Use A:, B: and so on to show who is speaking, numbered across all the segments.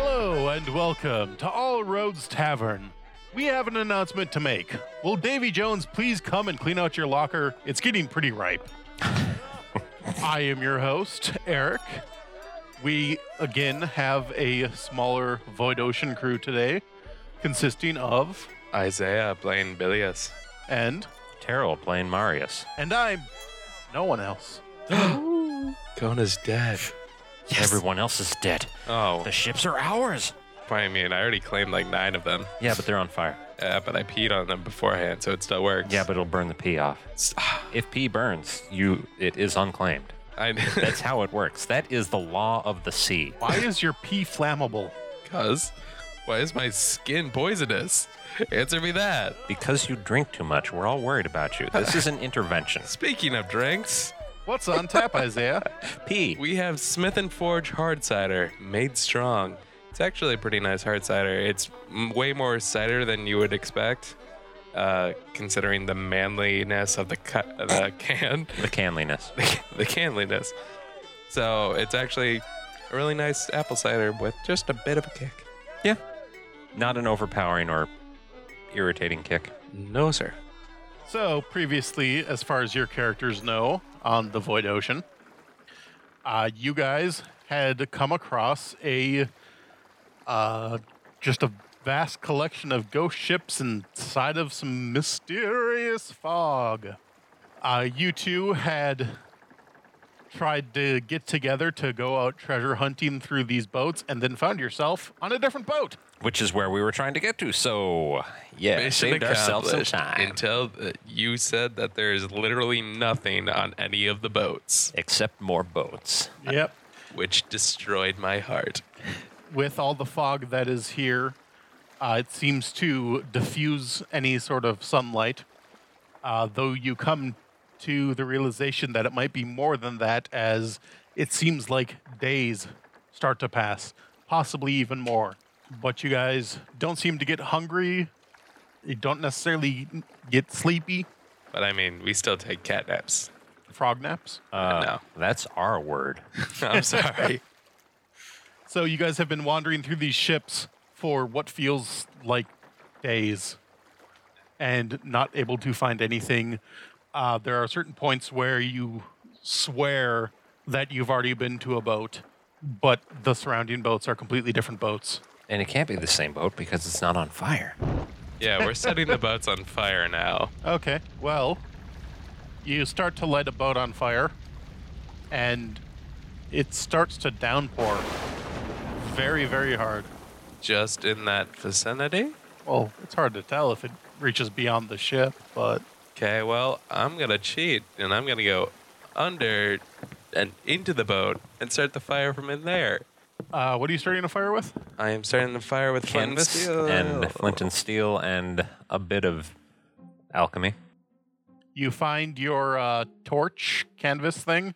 A: and welcome to All Roads Tavern. We have an announcement to make. Will Davy Jones please come and clean out your locker? It's getting pretty ripe. I am your host, Eric. We again have a smaller Void Ocean crew today, consisting of
B: Isaiah playing Bilius.
A: and
C: Terrell playing Marius.
A: and I'm no one else.
B: Kona's dead.
C: Everyone else is dead.
B: Oh,
C: The ships are ours.
B: I mean, I already claimed like nine of them.
C: Yeah, but they're on fire.
B: Yeah, but I peed on them beforehand, so it still works.
C: Yeah, but it'll burn the pee off. If pee burns, you it is unclaimed.
B: I
C: That's how it works. That is the law of the sea.
A: Why is your pee flammable?
B: because why is my skin poisonous? Answer me that.
C: Because you drink too much, we're all worried about you. This is an intervention.
B: Speaking of drinks,
A: What's on tap, Isaiah?
C: Pee.
B: we have Smith and Forge hard cider made strong. It's actually a pretty nice hard cider. It's m- way more cider than you would expect, uh, considering the manliness of the cu- the can.
C: The canliness.
B: the canliness. So it's actually a really nice apple cider with just a bit of a kick.
C: Yeah. Not an overpowering or irritating kick.
B: No, sir.
A: So, previously, as far as your characters know, on the Void Ocean, uh, you guys had come across a uh, just a vast collection of ghost ships inside of some mysterious fog. Uh, you two had tried to get together to go out treasure hunting through these boats and then found yourself on a different boat.
C: Which is where we were trying to get to. So, yeah, saved ourselves some
B: accomplished
C: time.
B: Until uh, you said that there is literally nothing on any of the boats,
C: Except more boats.
A: Yep.
B: which destroyed my heart.
A: with all the fog that is here, uh, it seems to diffuse any sort of sunlight. Uh, though you come to the realization that it might be more than that, as it seems like days start to pass, possibly even more. But you guys don't seem to get hungry. You don't necessarily get sleepy.
B: But I mean, we still take cat naps.
A: Frog naps.
C: Uh, That's our word.
B: I'm sorry.
A: So you guys have been wandering through these ships for what feels like days and not able to find anything. Uh, there are certain points where you swear that you've already been to a boat, but the surrounding boats are completely different boats.
C: And it can't be the same boat because it's not on fire.
B: yeah, we're setting the boats on fire now.
A: Okay, well, you start to light a boat on fire, and it starts to downpour very, very hard.
B: Just in that vicinity.
A: Well, it's hard to tell if it reaches beyond the ship, but
B: Okay, well, I'm going to cheat and I'm going to go under and into the boat and start the fire from in there.
A: uh, what are you starting a fire with?
B: I am starting the fire with flint and
C: Canvas
B: steel.
C: and flint and steel and a bit of alchemy.
A: You find your uh, torch canvas thing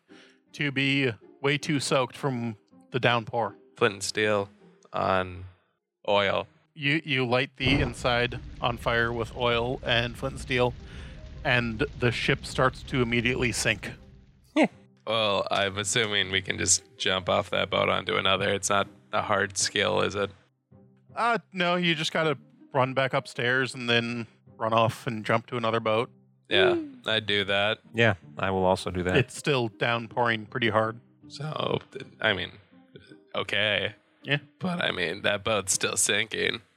A: to be way too soaked from the downpour.
B: Flint and steel on oil.
A: You you light the inside on fire with oil and flint and steel, and the ship starts to immediately sink.
B: Well, I'm assuming we can just jump off that boat onto another. It's not a hard skill, is it?
A: Uh, no, you just gotta run back upstairs and then run off and jump to another boat.
B: Yeah, I do that.
C: Yeah, I will also do that.
A: It's still downpouring pretty hard.
B: So, th- I mean, okay.
A: Yeah.
B: But I mean, that boat's still sinking.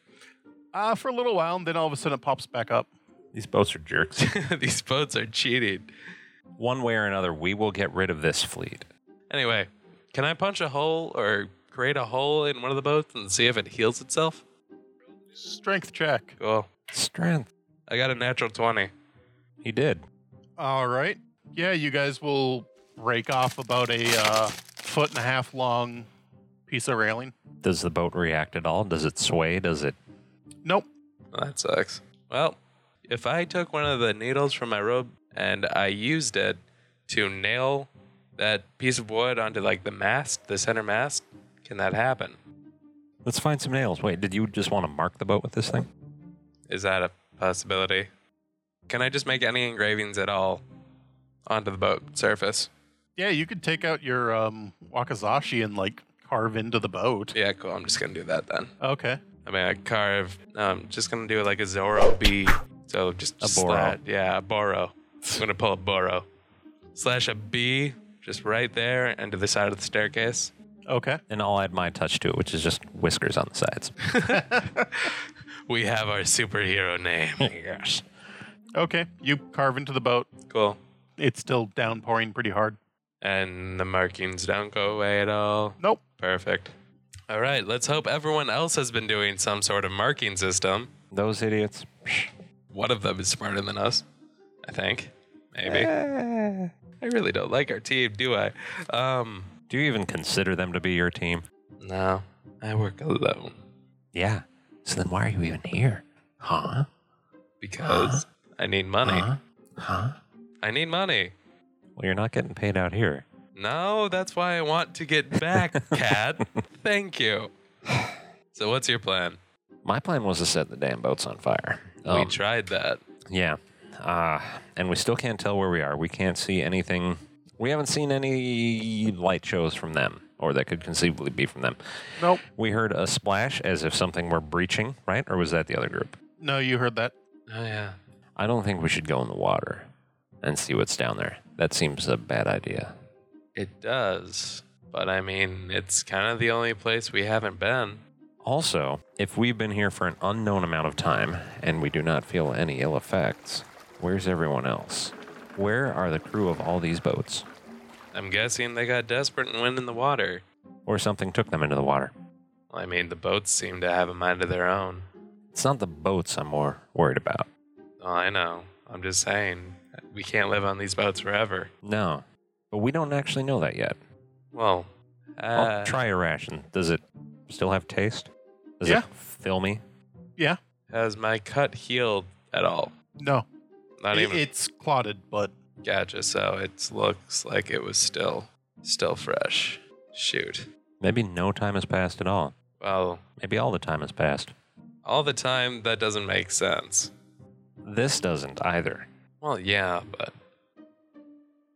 A: Uh, for a little while, and then all of a sudden it pops back up.
C: These boats are jerks.
B: These boats are cheating.
C: One way or another, we will get rid of this fleet.
B: Anyway, can I punch a hole or create a hole in one of the boats and see if it heals itself?
A: Strength check.
B: Cool.
C: Strength.
B: I got a natural 20.
C: He did.
A: All right. Yeah, you guys will break off about a uh, foot and a half long piece of railing.
C: Does the boat react at all? Does it sway? Does it?
A: Nope.
B: Well, that sucks. Well, if I took one of the needles from my robe and I used it to nail that piece of wood onto like the mast, the center mast, can that happen?
C: Let's find some nails. Wait, did you just want to mark the boat with this thing?
B: Is that a possibility? Can I just make any engravings at all onto the boat surface?
A: Yeah, you could take out your um, wakizashi and like carve into the boat.
B: Yeah, cool. I'm just gonna do that then.
A: Okay.
B: I mean, I carve. Um, just gonna do like a Zoro B. So just,
C: A
B: just
C: Boro.
B: slash- yeah, a Boro. I'm gonna pull a Boro. Slash a B, just right there, and to the side of the staircase.
A: Okay.
C: And I'll add my touch to it, which is just whiskers on the sides.
B: We have our superhero name.
C: yes.
A: Okay. You carve into the boat.
B: cool.
A: It's still downpouring pretty hard.
B: And the markings don't go away at all.
A: Nope.
B: Perfect. All right, let's hope everyone else has been doing some sort of marking system.
C: Those idiots.
B: One of them is smarter than us, I think. Maybe. I really don't like our team, do I? Um,
C: Do you even consider them to be your team?
B: no, I work alone
C: Yeah. So then why are you even here? Huh?
B: because I need money.
C: Huh? Huh?
B: I need money.
C: Well, you're not getting paid out here.
B: No, that's why I want to get back, Cat. Thank you. So, what's your plan?
C: My plan was to set the damn boats on fire.
B: we
C: Um,
B: tried that.
C: yeah. Uh, and we still can't tell where we are. We can't see anything. We haven't seen any light shows from them, or that could conceivably be from them.
A: Nope.
C: We heard a splash as if something were breaching, right? Or was that the other group?
A: No, you heard that.
B: Oh, yeah.
C: I don't think we should go in the water and see what's down there. That seems a bad idea.
B: It does. But I mean, it's kind of the only place we haven't been.
C: Also, if we've been here for an unknown amount of time and we do not feel any ill effects, where's everyone else? Where are the crew of all these boats?
B: I'm guessing they got desperate and went in the water.
C: Or something took them into the water.
B: I mean, the boats seem to have a mind of their own.
C: It's not the boats I'm more worried about.
B: Oh, I know. I'm just saying, we can't live on these boats forever.
C: No. But we don't actually know that yet.
B: Well, uh,
C: I'll try a ration. Does it still have taste? Does
A: Yeah.
C: it fill me?
A: Yeah.
B: has my cut healed at all?
A: No.
B: Not
A: It-
B: even.
A: It's clotted, but
B: Gotcha. So it looks like it was still, still fresh. Shoot.
C: Maybe no time has passed at all.
B: Well,
C: Maybe all the time has passed.
B: all the time that doesn't make sense.
C: This doesn't either.
B: Well, yeah, but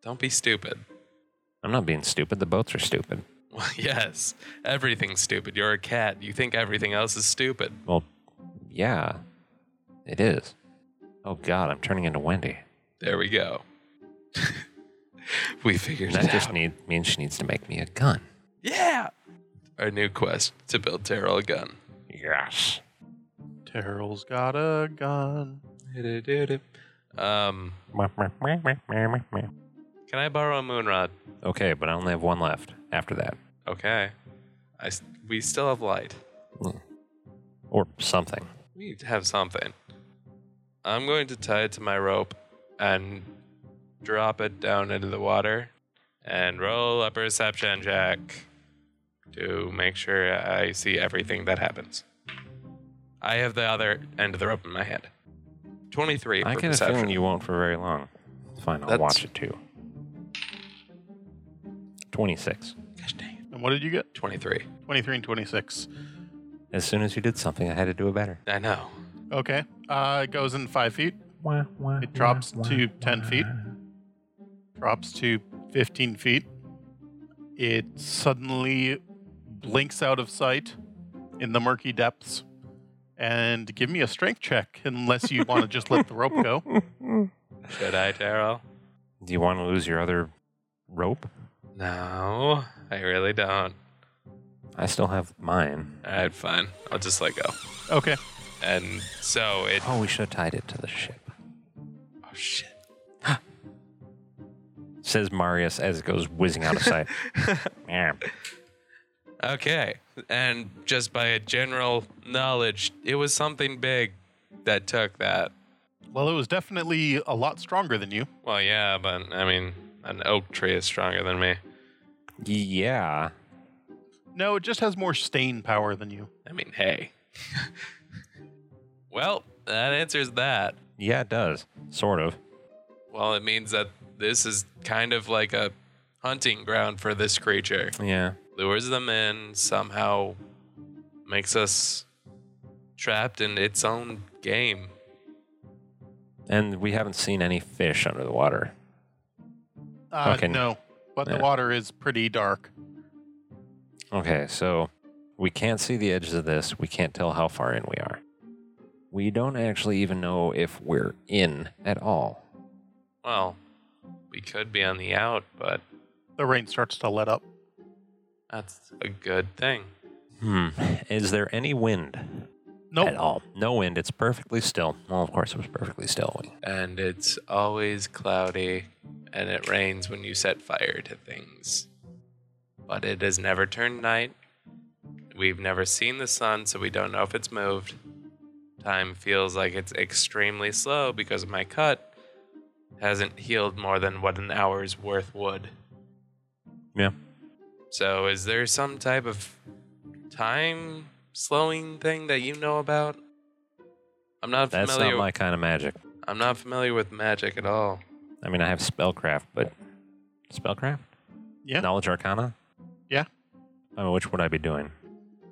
B: don't be stupid.
C: I'm not being stupid. The boats are stupid.
B: Well, yes, everything's stupid. You're a cat. You think everything else is stupid.
C: Well, yeah, it is. Oh God, I'm turning into Wendy.
B: There we go. we figured
C: And that
B: it
C: just
B: out.
C: need, means she needs to make me a gun.
B: yeah. Our new quest to build Terrell a gun.
C: Yes.
A: Terrell's got a gun.
B: Um, can I borrow a moon rod?
C: Okay, but I only have one left after that,
B: Okay. I s- we still have light.
C: or something.
B: We need to have something. I'm going to tie it to my rope and drop it down into the water and roll a perception check to make sure I see everything that happens. I have the other end of the rope in my hand. 23
C: I
B: for
C: get a
B: perception.
C: feeling you won't for very long. It's fine. I'll
B: That's-
C: watch it too. Twenty-six.
B: Gosh dang it.
A: And what did you get?
B: 23.
A: 23 and 26.
C: As soon as you did something, I had to do it better.
B: I know.
A: Okay. Uh, it goes in five feet. It drops to 10 feet. Drops to 15 feet. It suddenly blinks out of sight in the murky depths. And give me a strength check unless you want to just let the rope go.
B: Should I, Daryl?
C: Do you want to lose your other rope?
B: No, I really don't.
C: I still have mine.
B: All right, fine. I'll just let go.
A: Okay.
B: And so it.
C: Oh, we should have tied it to the ship.
B: Oh, shit.
C: Says Marius as it goes whizzing out of sight. Yeah.
B: Okay. And just by a general knowledge, it was something big that took that.
A: Well, it was definitely a lot stronger than you.
B: Well, yeah, but I mean, an oak tree is stronger than me.
C: yeah.
A: No, it just has more staying power than you.
B: I mean, hey. well, that answers that.
C: Yeah, it does. Sort of.
B: Well, it means that this is kind of like a hunting ground for this creature.
C: Yeah.
B: Lures them in, somehow makes us trapped in its own game.
C: And we haven't seen any fish under the water.
A: Uh,
C: Okay.
A: No, but
C: Yeah.
A: the water is pretty dark.
C: Okay, so we can't see the edges of this. We can't tell how far in we are. We don't actually even know if we're in at all.
B: Well, we could be on the out, but
A: The rain starts to let up.
B: that's a good thing.
C: Hmm. Is there any wind at
A: Nope.
C: all? No wind. It's perfectly still. Well, of course, it was perfectly still.
B: And it's always cloudy, and it rains when you set fire to things. But it has never turned night. We've never seen the sun, so we don't know if it's moved. Time feels like it's extremely slow because my cut hasn't healed more than what an hour's worth would.
C: Yeah.
B: So, is there some type of time slowing thing that you know about? I'm not
C: That's
B: familiar.
C: not my kind of magic.
B: I'm not familiar with magic at all.
C: I mean, I have spellcraft, but spellcraft?
A: Yeah.
C: Knowledge Arcana?
A: Yeah.
C: I mean, which would I be doing?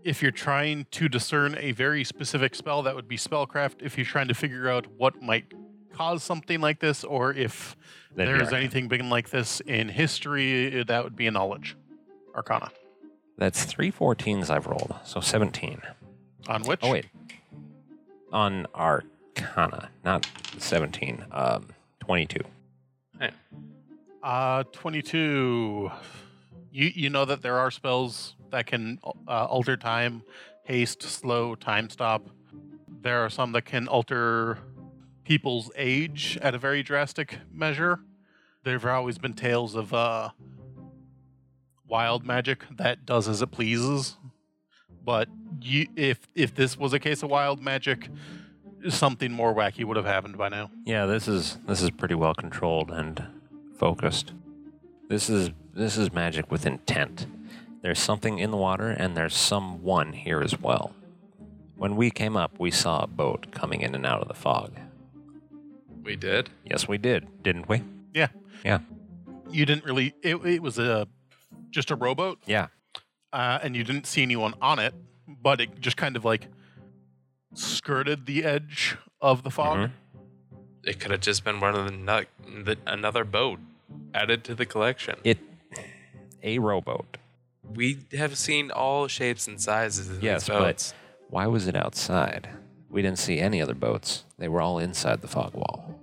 A: If you're trying to discern a very specific spell, that would be spellcraft. If you're trying to figure out what might cause something like this, or if
C: That'd be
A: there's
C: Arcana.
A: anything big like this in history, that would be a knowledge. Arcana.
C: That's three 14s I've rolled, so 17.
A: On which?
C: Oh, wait. On Arcana, not 17, um, 22.
A: Uh, 22. You, you know that there are spells that can uh, alter time, haste, slow, time stop. There are some that can alter people's age at a very drastic measure. There have always been tales of uh, wild magic that does as it pleases. But you, if if this was a case of wild magic, something more wacky would have happened by now.
C: Yeah, this is this is pretty well controlled and focused. This is this is magic with intent. There's something in the water and there's someone here as well. When we came up, we saw a boat coming in and out of the fog.
B: We did.
C: Yes, we did, didn't we?
A: Yeah.
C: Yeah.
A: You didn't really. It, it was a just a rowboat,
C: Yeah.
A: uh, and you didn't see anyone on it, but it just kind of like skirted the edge of the fog.
C: Mhm.
B: It could have just been one of the, nu- the another boat added to the collection.
C: It a rowboat.
B: We have seen all shapes and sizes of
C: Yes,
B: these
C: but-
B: boats.
C: Why was it outside? We didn't see any other boats. They were all inside the fog wall.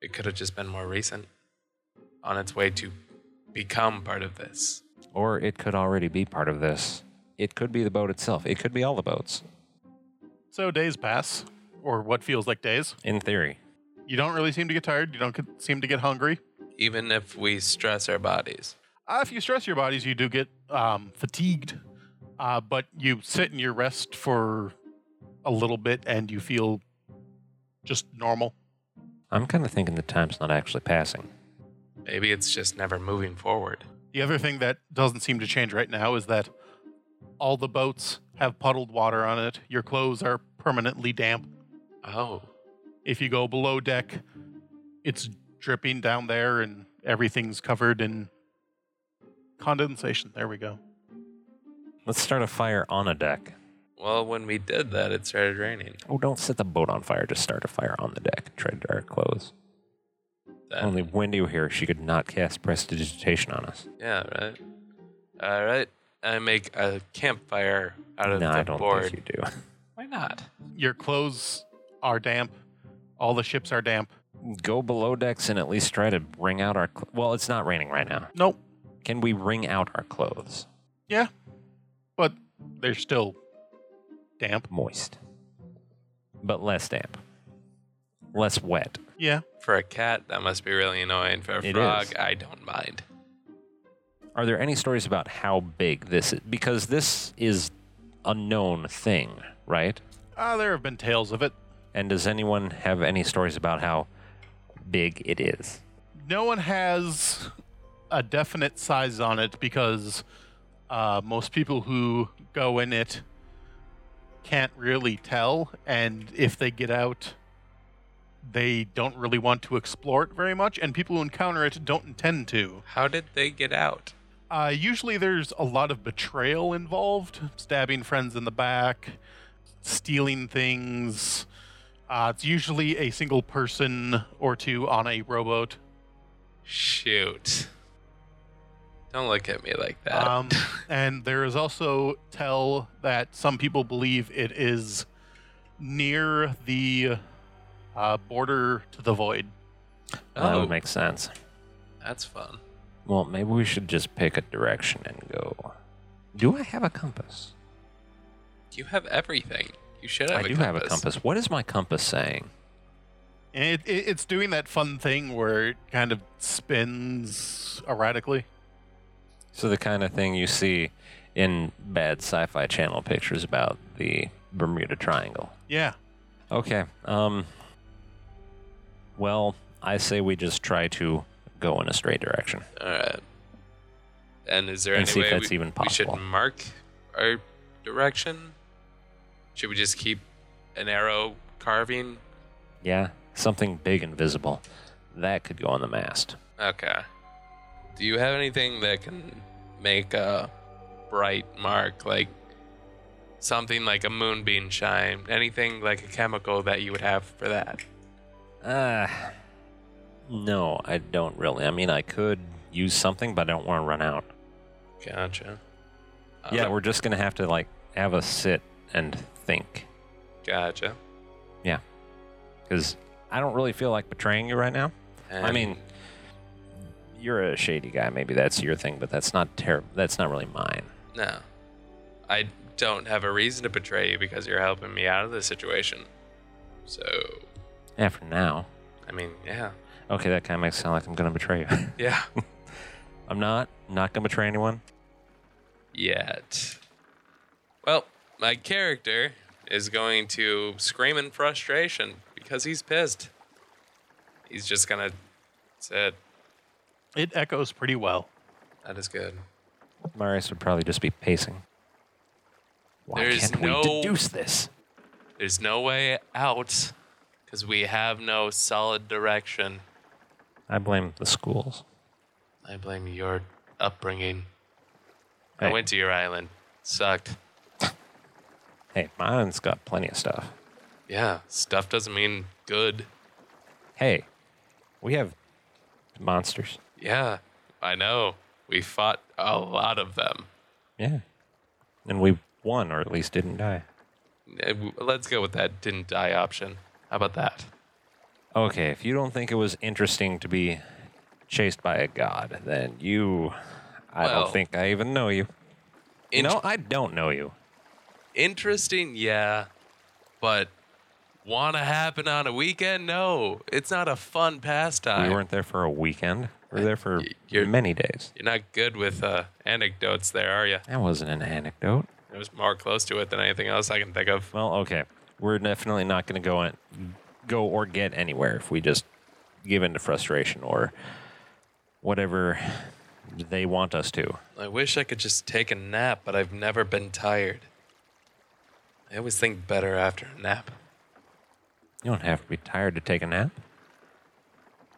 B: It could have just been more recent, on its way to become part of this.
C: Or it could already be part of this. It could be the boat itself. It could be all the boats.
A: So days pass, or what feels like days.
C: In theory.
A: You don't really seem to get tired. You don't get, seem to get hungry.
B: Even if we stress our bodies,
A: Uh, if you stress your bodies, you do get um, fatigued, uh, but you sit in your rest for a little bit, and you feel just normal.
C: I'm kind of thinking the time's not actually passing.
B: maybe it's just never moving forward.
A: The other thing that doesn't seem to change right now is that all the boats have puddled water on it. Your clothes are permanently damp.
B: Oh,
A: If you go below deck, it's dripping down there and everything's covered in condensation. There we go.
C: Let's start a fire on a deck.
B: well, when we did that, it started raining.
C: Oh, don't set the boat on fire. Just start a fire on the deck. Tread our clothes.
B: Then,
C: Only Wendy were here. She could not cast prestidigitation on us.
B: yeah, right. All right, I make a campfire out of
C: no,
B: the
C: I don't
B: board.
C: think you do.
B: Why not?
A: Your clothes are damp. All the ships are damp.
C: Go below decks and at least try to wring out our. Cl- well, it's not raining right now.
A: Nope.
C: Can we wring out our clothes?
A: Yeah. But they're still damp.
C: Moist, but less damp, less wet.
A: Yeah.
B: For a cat, that must be really annoying. For a
C: It
B: frog,
C: is.
B: I don't mind.
C: Are there any stories about how big this is? Because this is a known thing, right?
A: Ah, there have been tales of it.
C: And does anyone have any stories about how big it is?
A: no one has a definite size on it because uh, most people who go in it can't really tell, and if they get out, they don't really want to explore it very much, and people who encounter it don't intend to.
B: How did they get out?
A: Uh, usually, there's a lot of betrayal involved stabbing friends in the back, stealing things. Uh, it's usually a single person or two on a rowboat.
B: Shoot. Don't look at me like that.
A: Um, and there is also tell that some people believe it is near the uh, border to the void.
C: That
B: oh,
C: would make sense.
B: that's fun.
C: Well, maybe we should just pick a direction and go. Do I have a compass?
B: You have everything. You should have.
C: I
B: a
C: do have a compass. What is my compass saying?
A: And it, it, it's doing that fun thing where it kind of spins erratically.
C: So the kind of thing you see in bad sci-fi channel pictures about the Bermuda Triangle.
A: Yeah.
C: Okay. Um well, I say we just try to go in a straight direction.
B: All right. And is there
C: And
B: any
C: see if
B: way
C: that's
B: we,
C: even
B: we should
C: possible.
B: mark our direction? Should we just keep an arrow carving?
C: Yeah, something big and visible. That could go on the mast.
B: Okay. Do you have anything that can make a bright mark, like something like a moonbeam shine? Anything like a chemical that you would have for that?
C: Uh No, I don't really. I mean, I could use something, but I don't want to run out.
B: Gotcha. Uh,
C: yeah, we're just going to have to like have a sit and think
B: gotcha.
C: cuz I don't really feel like betraying you right now. I
B: And-
C: mean, you're a shady guy. Maybe that's your thing, but that's not terrible. That's not really mine.
B: No. I don't have a reason to betray you because you're helping me out of this situation. So,
C: Yeah, for now.
B: I mean, yeah.
C: Okay, that kind of makes it sound like I'm gonna betray you.
B: Yeah.
C: I'm not. Not gonna betray anyone.
B: Yet. Well, my character is going to scream in frustration because he's pissed. He's just gonna. That's it.
A: It echoes pretty well.
B: That is good.
C: Marius would probably just be pacing. Why
B: There's
C: can't
B: no-
C: we deduce this?
B: There's no way out because we have no solid direction.
C: I blame the schools.
B: I blame your upbringing. I
C: Hey.
B: went to your island. Sucked.
C: Hey, mine's got plenty of stuff.
B: Yeah, stuff doesn't mean good.
C: Hey, we have monsters.
B: Yeah, I know. We fought a lot of them.
C: Yeah, and we won, or at least didn't die.
B: Eh, w- Let's go with that didn't die option. How about that?
C: Okay, if you don't think it was interesting to be chased by a god, then you. I
B: Well-
C: don't think I even know you. You
B: Int-
C: know, I don't know you.
B: interesting, yeah, but want to happen on a weekend? No, it's not a fun pastime.
C: We weren't there for a weekend. We were there for
B: Y- you're-
C: many days.
B: You're not good with uh, anecdotes there, are you?
C: That wasn't an anecdote.
B: It was more close to it than anything else I can think of.
C: Well, okay. We're definitely not going to go in, go or get anywhere if we just give in to frustration or whatever they want us to.
B: I wish I could just take a nap, but I've never been tired. I always think better after a nap.
C: You don't have to be tired to take a nap.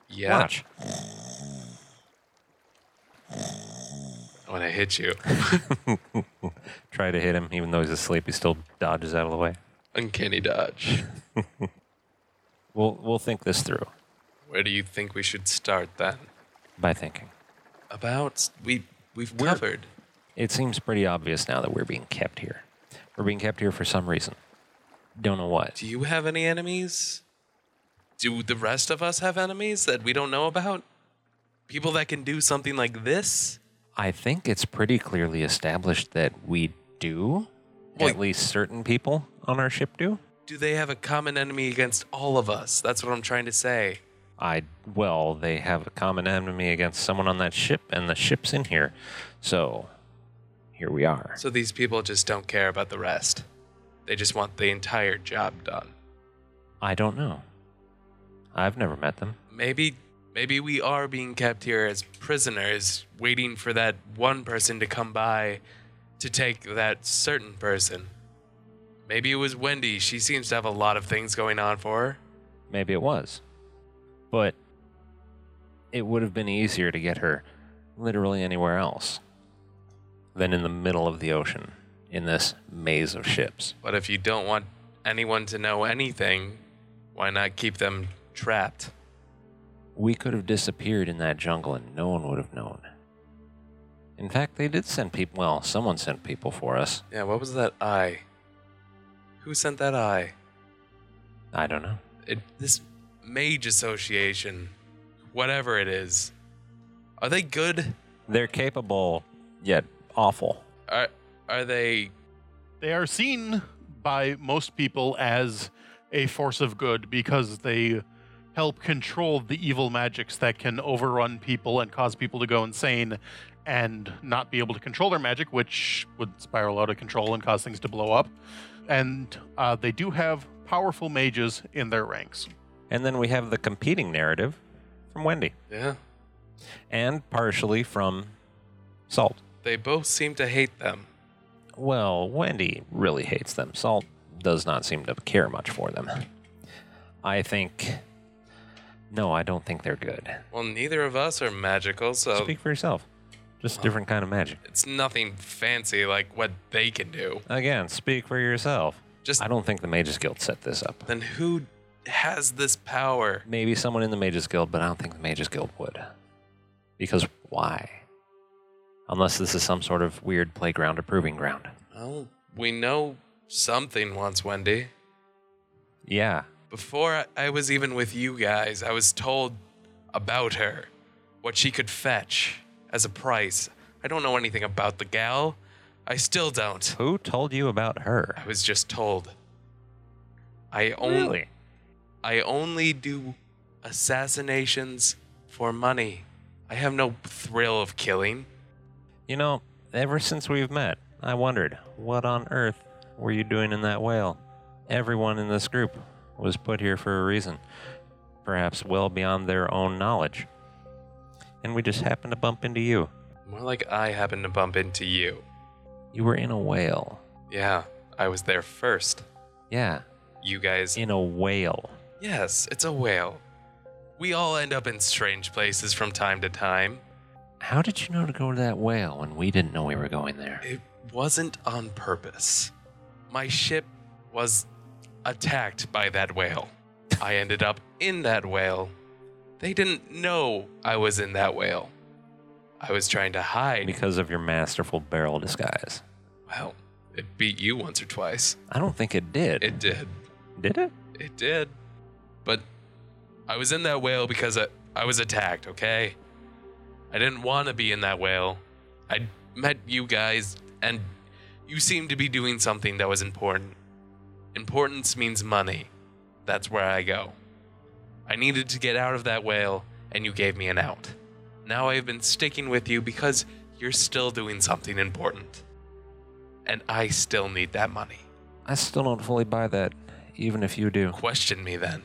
B: Yeah.
C: Watch.
B: When I hit you.
C: Try to hit him, even though he's asleep. He still dodges out of the way.
B: Uncanny dodge.
C: We'll we'll think this through
B: Where do you think we should start then?
C: by thinking.
B: About we we've
C: We're-
B: covered.
C: It seems pretty obvious now that we're being kept here. We're being kept here for some reason. Don't know what.
B: Do you have any enemies? Do the rest of us have enemies that we don't know about? People that can do something like this?
C: I think it's pretty clearly established that we do.
B: Wait.
C: At least certain people on our ship do.
B: Do they have a common enemy against all of us? That's what I'm trying to say.
C: I well, they have a common enemy against someone on that ship, and the ship's in here. So here we are.
B: So these people just don't care about the rest. They just want the entire job done.
C: I don't know. I've never met them.
B: Maybe maybe we are being kept here as prisoners waiting for that one person to come by to take that certain person. Maybe it was Wendy. She seems to have a lot of things going on for her.
C: Maybe it was. But it would have been easier to get her literally anywhere else than in the middle of the ocean in this maze of ships.
B: But if you don't want anyone to know anything, why not keep them trapped?
C: We could have disappeared in that jungle and no one would have known. In fact, they did send people. Well, someone sent people for us.
B: Yeah, what was that eye? Who sent that eye?
C: I don't know.
B: It, this mage association, whatever it is, are they good?
C: They're capable, yet awful.
B: Are are they?
A: They are seen by most people as a force of good because they help control the evil magics that can overrun people and cause people to go insane and not be able to control their magic, which would spiral out of control and cause things to blow up. And uh, they do have powerful mages in their ranks.
C: And then we have the competing narrative from Wendy
B: Yeah,
C: and partially from Salt.
B: they both seem to hate them.
C: Well, Wendy really hates them. Salt does not seem to care much for them. I think. No, I don't think they're good.
B: Well, neither of us are magical, so
C: Speak for yourself. Just a different kind of magic.
B: it's nothing fancy like what they can do.
C: Again, speak for yourself.
B: Just
C: I don't think the Mages Guild set this up.
B: then who has this power?
C: Maybe someone in the Mages Guild, but I don't think the Mages Guild would. Because why? Unless this is some sort of weird playground or proving ground.
B: Well, we know something once, Wendy.
C: Yeah.
B: Before I- I was even with you guys, I was told about her, what she could fetch as a price. I don't know anything about the gal. I still don't.
C: Who told you about her?
B: I was just told. I only
C: Really?
B: I only do assassinations for money. I have no thrill of killing.
C: You know, ever since we've met, I wondered, what on earth were you doing in that whale? Everyone in this group was put here for a reason, perhaps well beyond their own knowledge. And we just happened to bump into you.
B: More like I happen to bump into you.
C: You were in a whale.
B: Yeah, I was there first.
C: Yeah,
B: You guys
C: in a whale.
B: Yes, it's a whale. We all end up in strange places from time to time.
C: How did you know to go to that whale when we didn't know we were going there?
B: It wasn't on purpose. My ship was attacked by that whale. I ended up in that whale. They didn't know I was in that whale. I was trying to hide.
C: Because of your masterful barrel disguise.
B: Well, it beat you once or twice.
C: I don't think it did.
B: It did.
C: did it?
B: It did. But I was in that whale because I, I was attacked, okay? I didn't want to be in that whale. I met you guys, and you seemed to be doing something that was important. Importance means money. That's where I go. I needed to get out of that whale, and you gave me an out. Now I've been sticking with you because you're still doing something important. And I still need that money.
C: I still don't fully buy that, even if you do.
B: Question me then.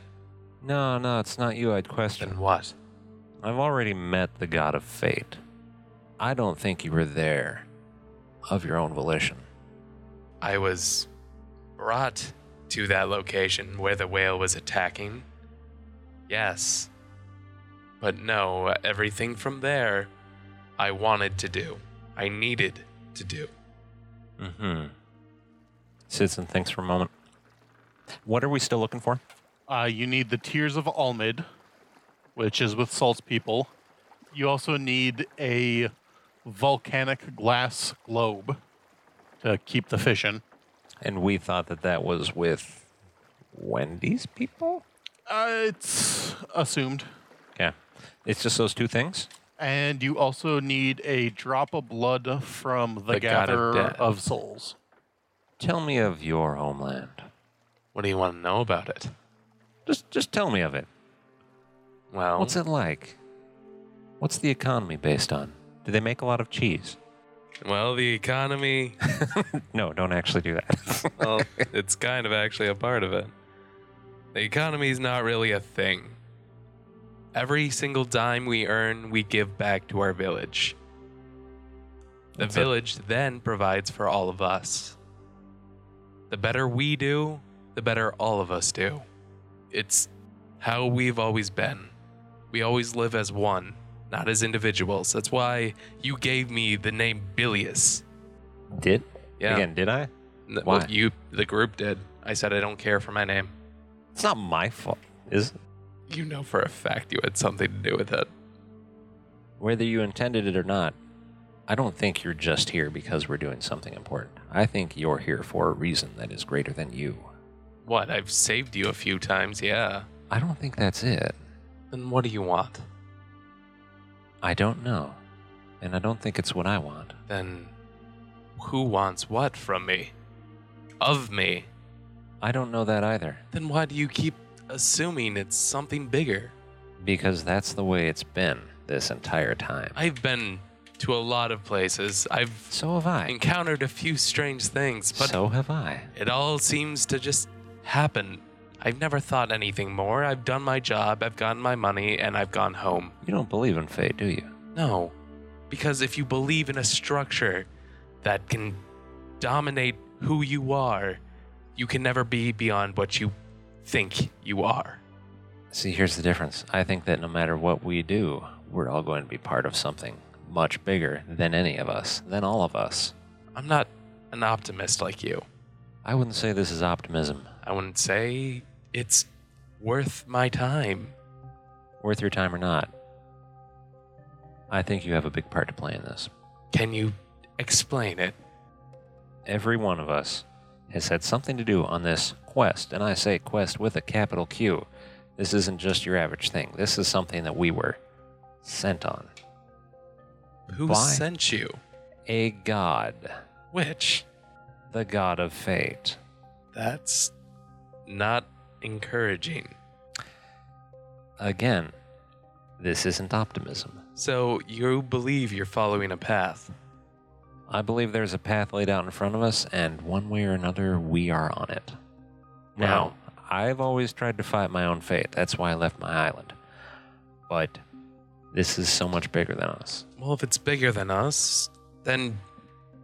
C: No, no, it's not you I'd
B: Then
C: question.
B: what?
C: I've already met the god of fate. I don't think you were there of your own volition.
B: I was brought to that location where the whale was attacking. Yes. But no, everything from there I wanted to do. I needed to do.
C: Mm hmm. Sits and thinks for a moment. What are we still looking for?
A: Uh, you need the Tears of Almid, which is with Salt's people. You also need a volcanic glass globe to keep the fish in.
C: And we thought that that was with Wendy's people?
A: Uh, it's assumed.
C: Yeah. It's just those two things?
A: And you also need a drop of blood from the,
B: The god
A: Gatherer
B: of death.
A: of Souls.
C: Tell me of your homeland.
B: What do you want to know about it?
C: Just just tell me of it.
B: Well,
C: What's it like? What's the economy based on? Do they make a lot of cheese?
B: well, the economy,
C: No, don't actually do that.
B: well, it's kind of actually a part of it. The economy is not really a thing. Every single dime we earn, we give back to our village. The
C: That's a-
B: village then provides for all of us. The better we do, the better all of us do. It's how we've always been. We always live as one, not as individuals. That's why you gave me the name Bilius.
C: did?
B: Yeah.
C: Again, did I?
B: N-
C: Why?
B: Well, you, the group did. I said I don't care for my name.
C: It's not my fault. Is
B: You know for a fact you had something to do with it.
C: whether you intended it or not, I don't think you're just here because we're doing something important. I think you're here for a reason that is greater than you.
B: What? I've saved you a few times, yeah.
C: I don't think that's it.
B: Then what do you want?
C: I don't know. And I don't think it's what I want.
B: Then who wants what from me? Of me?
C: I don't know that either.
B: Then why do you keep assuming it's something bigger?
C: Because that's the way it's been this entire time.
B: I've been to a lot of places. I've
C: so have I.
B: encountered a few strange things, but
C: So have I.
B: it all seems to just happen. I've never thought anything more. I've done my job, I've gotten my money, and I've gone home.
C: You don't believe in fate, do you?
B: No, because if you believe in a structure that can dominate who you are, you can never be beyond what you think you are.
C: See, here's the difference. I think that no matter what we do, we're all going to be part of something much bigger than any of us, than all of us.
B: I'm not an optimist like you.
C: I wouldn't say this is optimism.
B: I wouldn't say it's worth my time.
C: Worth your time or not, I think you have a big part to play in this.
B: Can you explain it?
C: Every one of us has had something to do on this quest, and I say quest with a capital Q. This isn't just your average thing. This is something that we were sent on.
B: Who
C: Why?
B: sent you?
C: A god,
B: Which?
C: the god of fate.
B: That's not encouraging.
C: Again, this isn't optimism.
B: So you believe you're following a path.
C: I believe there's a path laid out in front of us, and one way or another, we are on it. Now, I've always tried to fight my own fate. That's why I left my island. But this is so much bigger than us.
B: Well, if it's bigger than us, then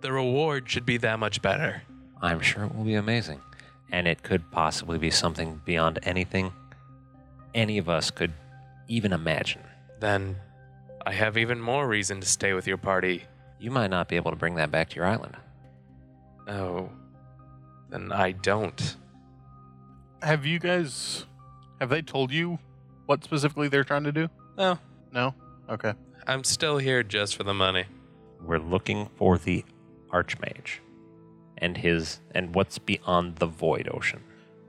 B: the reward should be that much better.
C: I'm sure it will be amazing. And it could possibly be something beyond anything any of us could even imagine.
B: Then I have even more reason to stay with your party.
C: You might not be able to bring that back to your island.
B: Oh, then I don't.
A: Have you guys have they told you what specifically they're trying to do?
B: No,
A: No? Okay.
B: I'm still here just for the money.
C: We're looking for the Archmage and his and what's beyond the void ocean.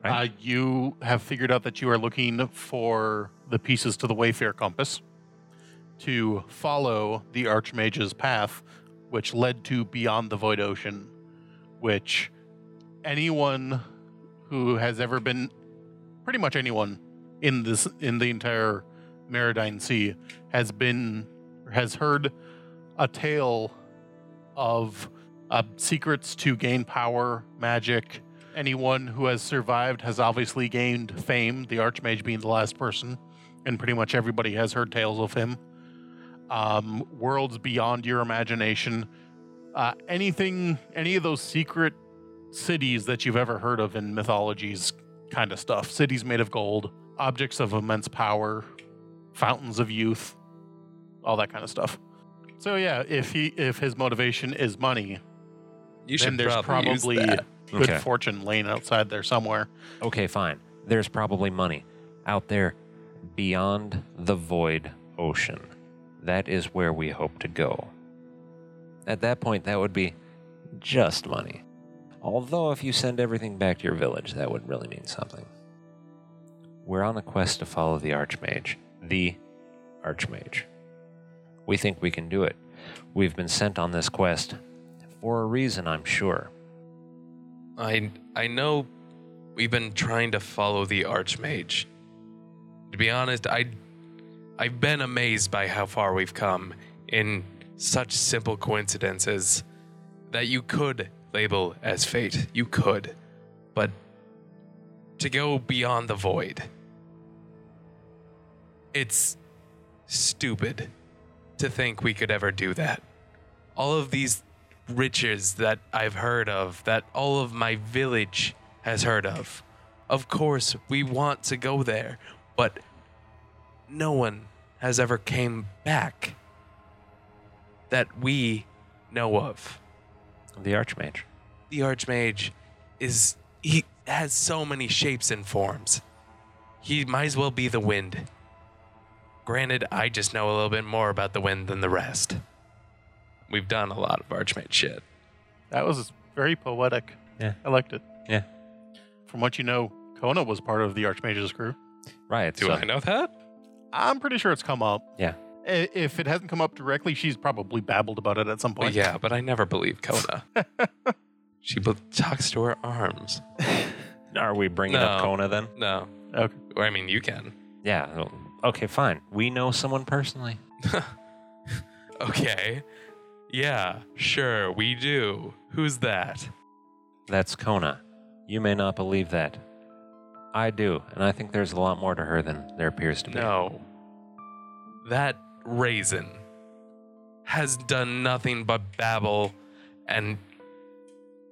C: Right.
A: Uh, you have figured out that you are looking for the pieces to the Wayfair compass to follow the Archmage's path, which led to Beyond the Void Ocean, which anyone who has ever been, pretty much anyone in this in the entire Meridine Sea, has been has heard a tale of uh, secrets to gain power, magic, anyone who has survived has obviously gained fame, the Archmage being the last person, and pretty much everybody has heard tales of him. Um, worlds beyond your imagination. Uh, anything, any of those secret cities that you've ever heard of in mythologies, kind of stuff. Cities made of gold, objects of immense power, fountains of youth, all that kind of stuff. So yeah, if he if his motivation is money, then
B: You should
A: there's
B: probably, use
A: probably
B: that.
A: good
C: Okay.
A: fortune laying outside there somewhere.
C: Okay, fine. There's probably money out there beyond the void ocean. That is where we hope to go. At that point, that would be just money. Although, if you send everything back to your village, that would really mean something. We're on a quest to follow the Archmage. The Archmage. We think we can do it. We've been sent on this quest for a reason, I'm sure.
B: I I know we've been trying to follow the Archmage. To be honest, I I've been amazed by how far we've come in such simple coincidences that you could label as fate. You could. But to go beyond the void. It's stupid to think we could ever do that all of these riches that I've heard of, that all of my village has heard of. Of course, we want to go there, but no one has ever came back that we know of.
C: The Archmage.
B: The Archmage is he has so many shapes and forms. He might as well be the wind. Granted, I just know a little bit more about the wind than the rest. We've done a lot of Archmage shit.
A: That was very poetic.
B: Yeah.
A: I liked it.
B: Yeah.
A: From what you know, Kona was part of the Archmage's crew.
C: Right.
B: Do
C: so-
B: I know that?
A: I'm pretty sure it's come up.
C: Yeah.
A: I- If it hasn't come up directly, she's probably babbled about it at some
B: Well,
A: point.
B: yeah, but I never believe Kona. she be- talks to her arms.
C: Are we bringing up
B: No.
C: Kona then?
B: No.
A: Okay.
B: Or, I mean, you can.
C: Yeah. well, Okay, fine. We know someone personally.
B: Okay. Yeah, sure, we do. Who's that?
C: That's Kona. You may not believe that. I do, and I think there's a lot more to her than there appears to be.
B: No. That raisin has done nothing but babble and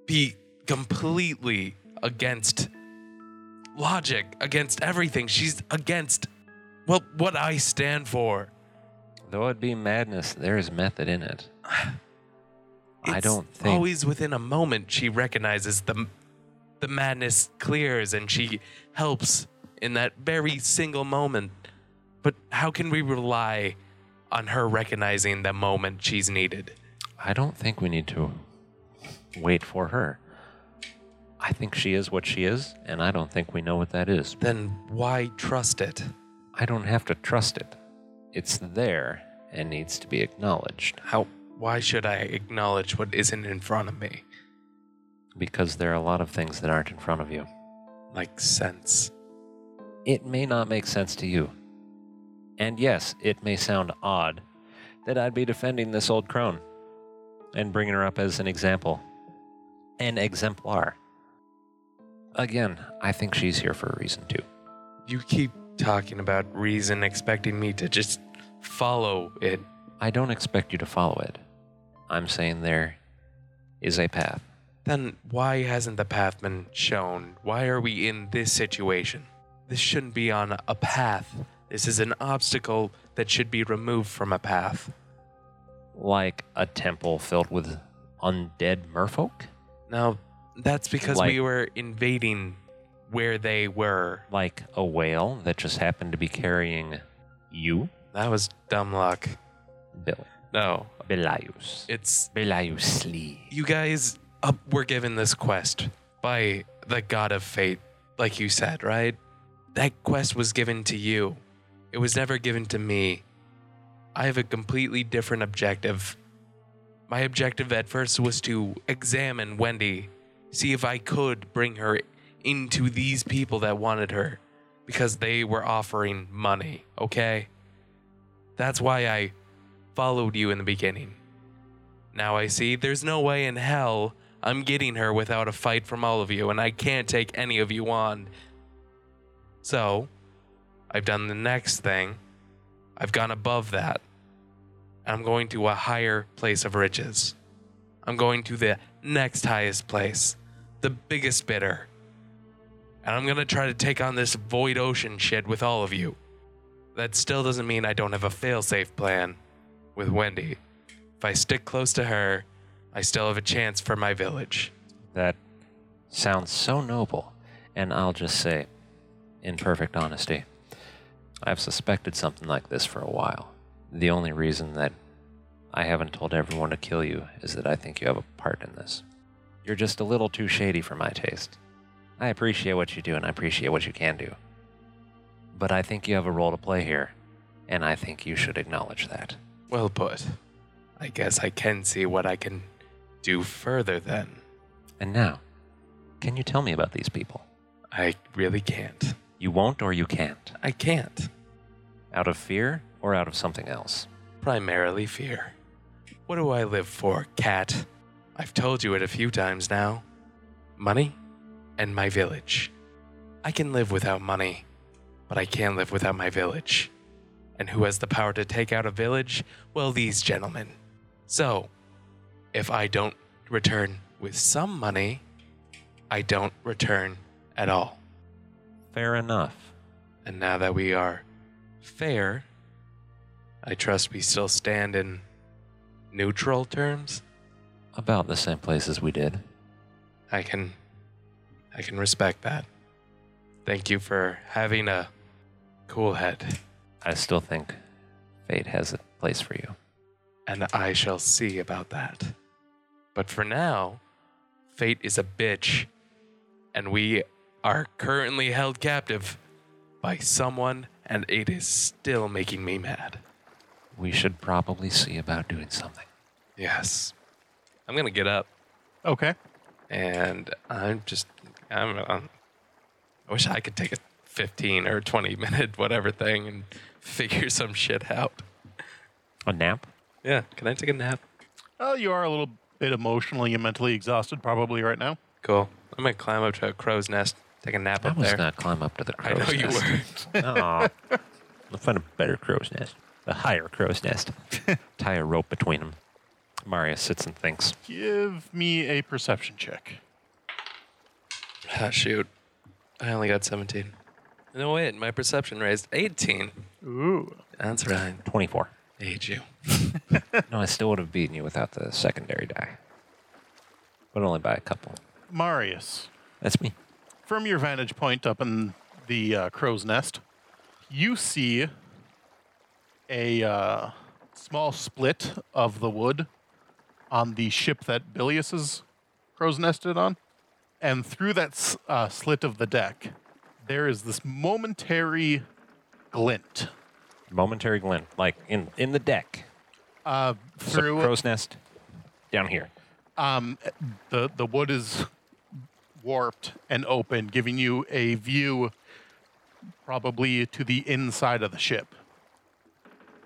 B: be completely against logic, against everything. She's against, well, what I stand for.
C: Though it be madness, there is method in it. I
B: It's
C: don't think.
B: Always within a moment, she recognizes the the madness clears, and she helps in that very single moment. But how can we rely on her recognizing the moment she's needed?
C: I don't think we need to wait for her. I think she is what she is, and I don't think we know what that is.
B: Then why trust it?
C: I don't have to trust it. It's there and needs to be acknowledged
B: How? Why should I acknowledge what isn't in front of me?
C: because there are a lot of things that aren't in front of you.
B: Like sense.
C: It may not make sense to you. And yes, it may sound odd that I'd be defending this old crone and bringing her up as an example, an exemplar. Again, I think she's here for a reason too.
B: You keep talking about reason, expecting me to just follow it.
C: I don't expect you to follow it. I'm saying there is a path.
B: Then why hasn't the path been shown? Why are we in this situation? This shouldn't be on a path. This is an obstacle that should be removed from a path.
C: Like a temple filled with undead merfolk?
B: Now, that's because we
C: Like-
B: were invading where they were.
C: Like a whale that just happened to be carrying you?
B: That was dumb luck.
C: Bill.
B: No,
C: Belius.
B: it's
C: Belius Lee.
B: you guys uh, were given this quest by the god of fate, like you said, right? That quest was given to you. It was never given to me. I have a completely different objective. My objective at first was to examine Wendy, see if I could bring her into these people that wanted her because they were offering money, okay? That's why I followed you in the beginning. Now I see there's no way in hell I'm getting her without a fight from all of you, and I can't take any of you on. So, I've done the next thing. I've gone above that. I'm going to a higher place of riches. I'm going to the next highest place, the biggest bidder. And I'm going to try to take on this void ocean shit with all of you. That still doesn't mean I don't have a failsafe plan with Wendy. If I stick close to her, I still have a chance for my village.
C: That sounds so noble. And I'll just say, in perfect honesty, I've suspected something like this for a while. The only reason that I haven't told everyone to kill you is that I think you have a part in this. You're just a little too shady for my taste. I appreciate what you do and I appreciate what you can do. But I think you have a role to play here, and I think you should acknowledge that.
B: Well put. I guess I can see what I can do further then.
C: And now, can you tell me about these people?
B: I really can't.
C: You won't or you can't?
B: I can't.
C: Out of fear or out of something else?
B: Primarily fear. What do I live for, cat? I've told you it a few times now. Money and my village. I can live without money, but I can't live without my village. And who has the power to take out a village? Well, these gentlemen. So, if I don't return with some money, I don't return at all.
C: Fair enough.
B: And now that we are fair, I trust we still stand in neutral terms.
C: About the same place as we did.
B: I can I can respect that. Thank you for having a cool head.
C: I still think fate has a place for you.
B: and I shall see about that. But for now, fate is a bitch, and we are currently held captive by someone, and it is still making me mad.
C: We should probably see about doing something.
B: Yes. I'm gonna get up,
A: Okay.
B: and I'm just, I'm, um, I wish I could take a 15 or 20 minute whatever thing and figure some shit out.
C: A nap?
B: Yeah, can I take a nap?
A: Well, Oh, you are a little bit emotionally and mentally exhausted probably right now.
B: Cool. I'm gonna climb up to a crow's nest, take a nap
C: I
B: up
C: was
B: there.
C: not climb up to the
B: I
C: crow's
B: know you
C: nest.
B: were.
C: Aw. I'll find a better crow's nest. A higher crow's nest. Tie a rope between them. Marius sits and thinks.
A: Give me a perception check.
B: Ah, shoot. I only got 17. No, wait, my perception raised 18.
A: Ooh.
B: That's right.
C: 24.
B: I hate you.
C: No, I still would have beaten you without the secondary die. But only by a couple.
A: Marius,
C: That's me.
A: from your vantage point up in the uh, crow's nest, you see a uh, small split of the wood on the ship that Bilius's crow's nested on, and through that s- uh, slit of the deck, there is this momentary glint
C: Momentary glint. Like in, in the deck.
A: uh,
C: So
A: through
C: crow's nest down here.
A: um, the the wood is warped and open, giving you a view probably to the inside of the ship.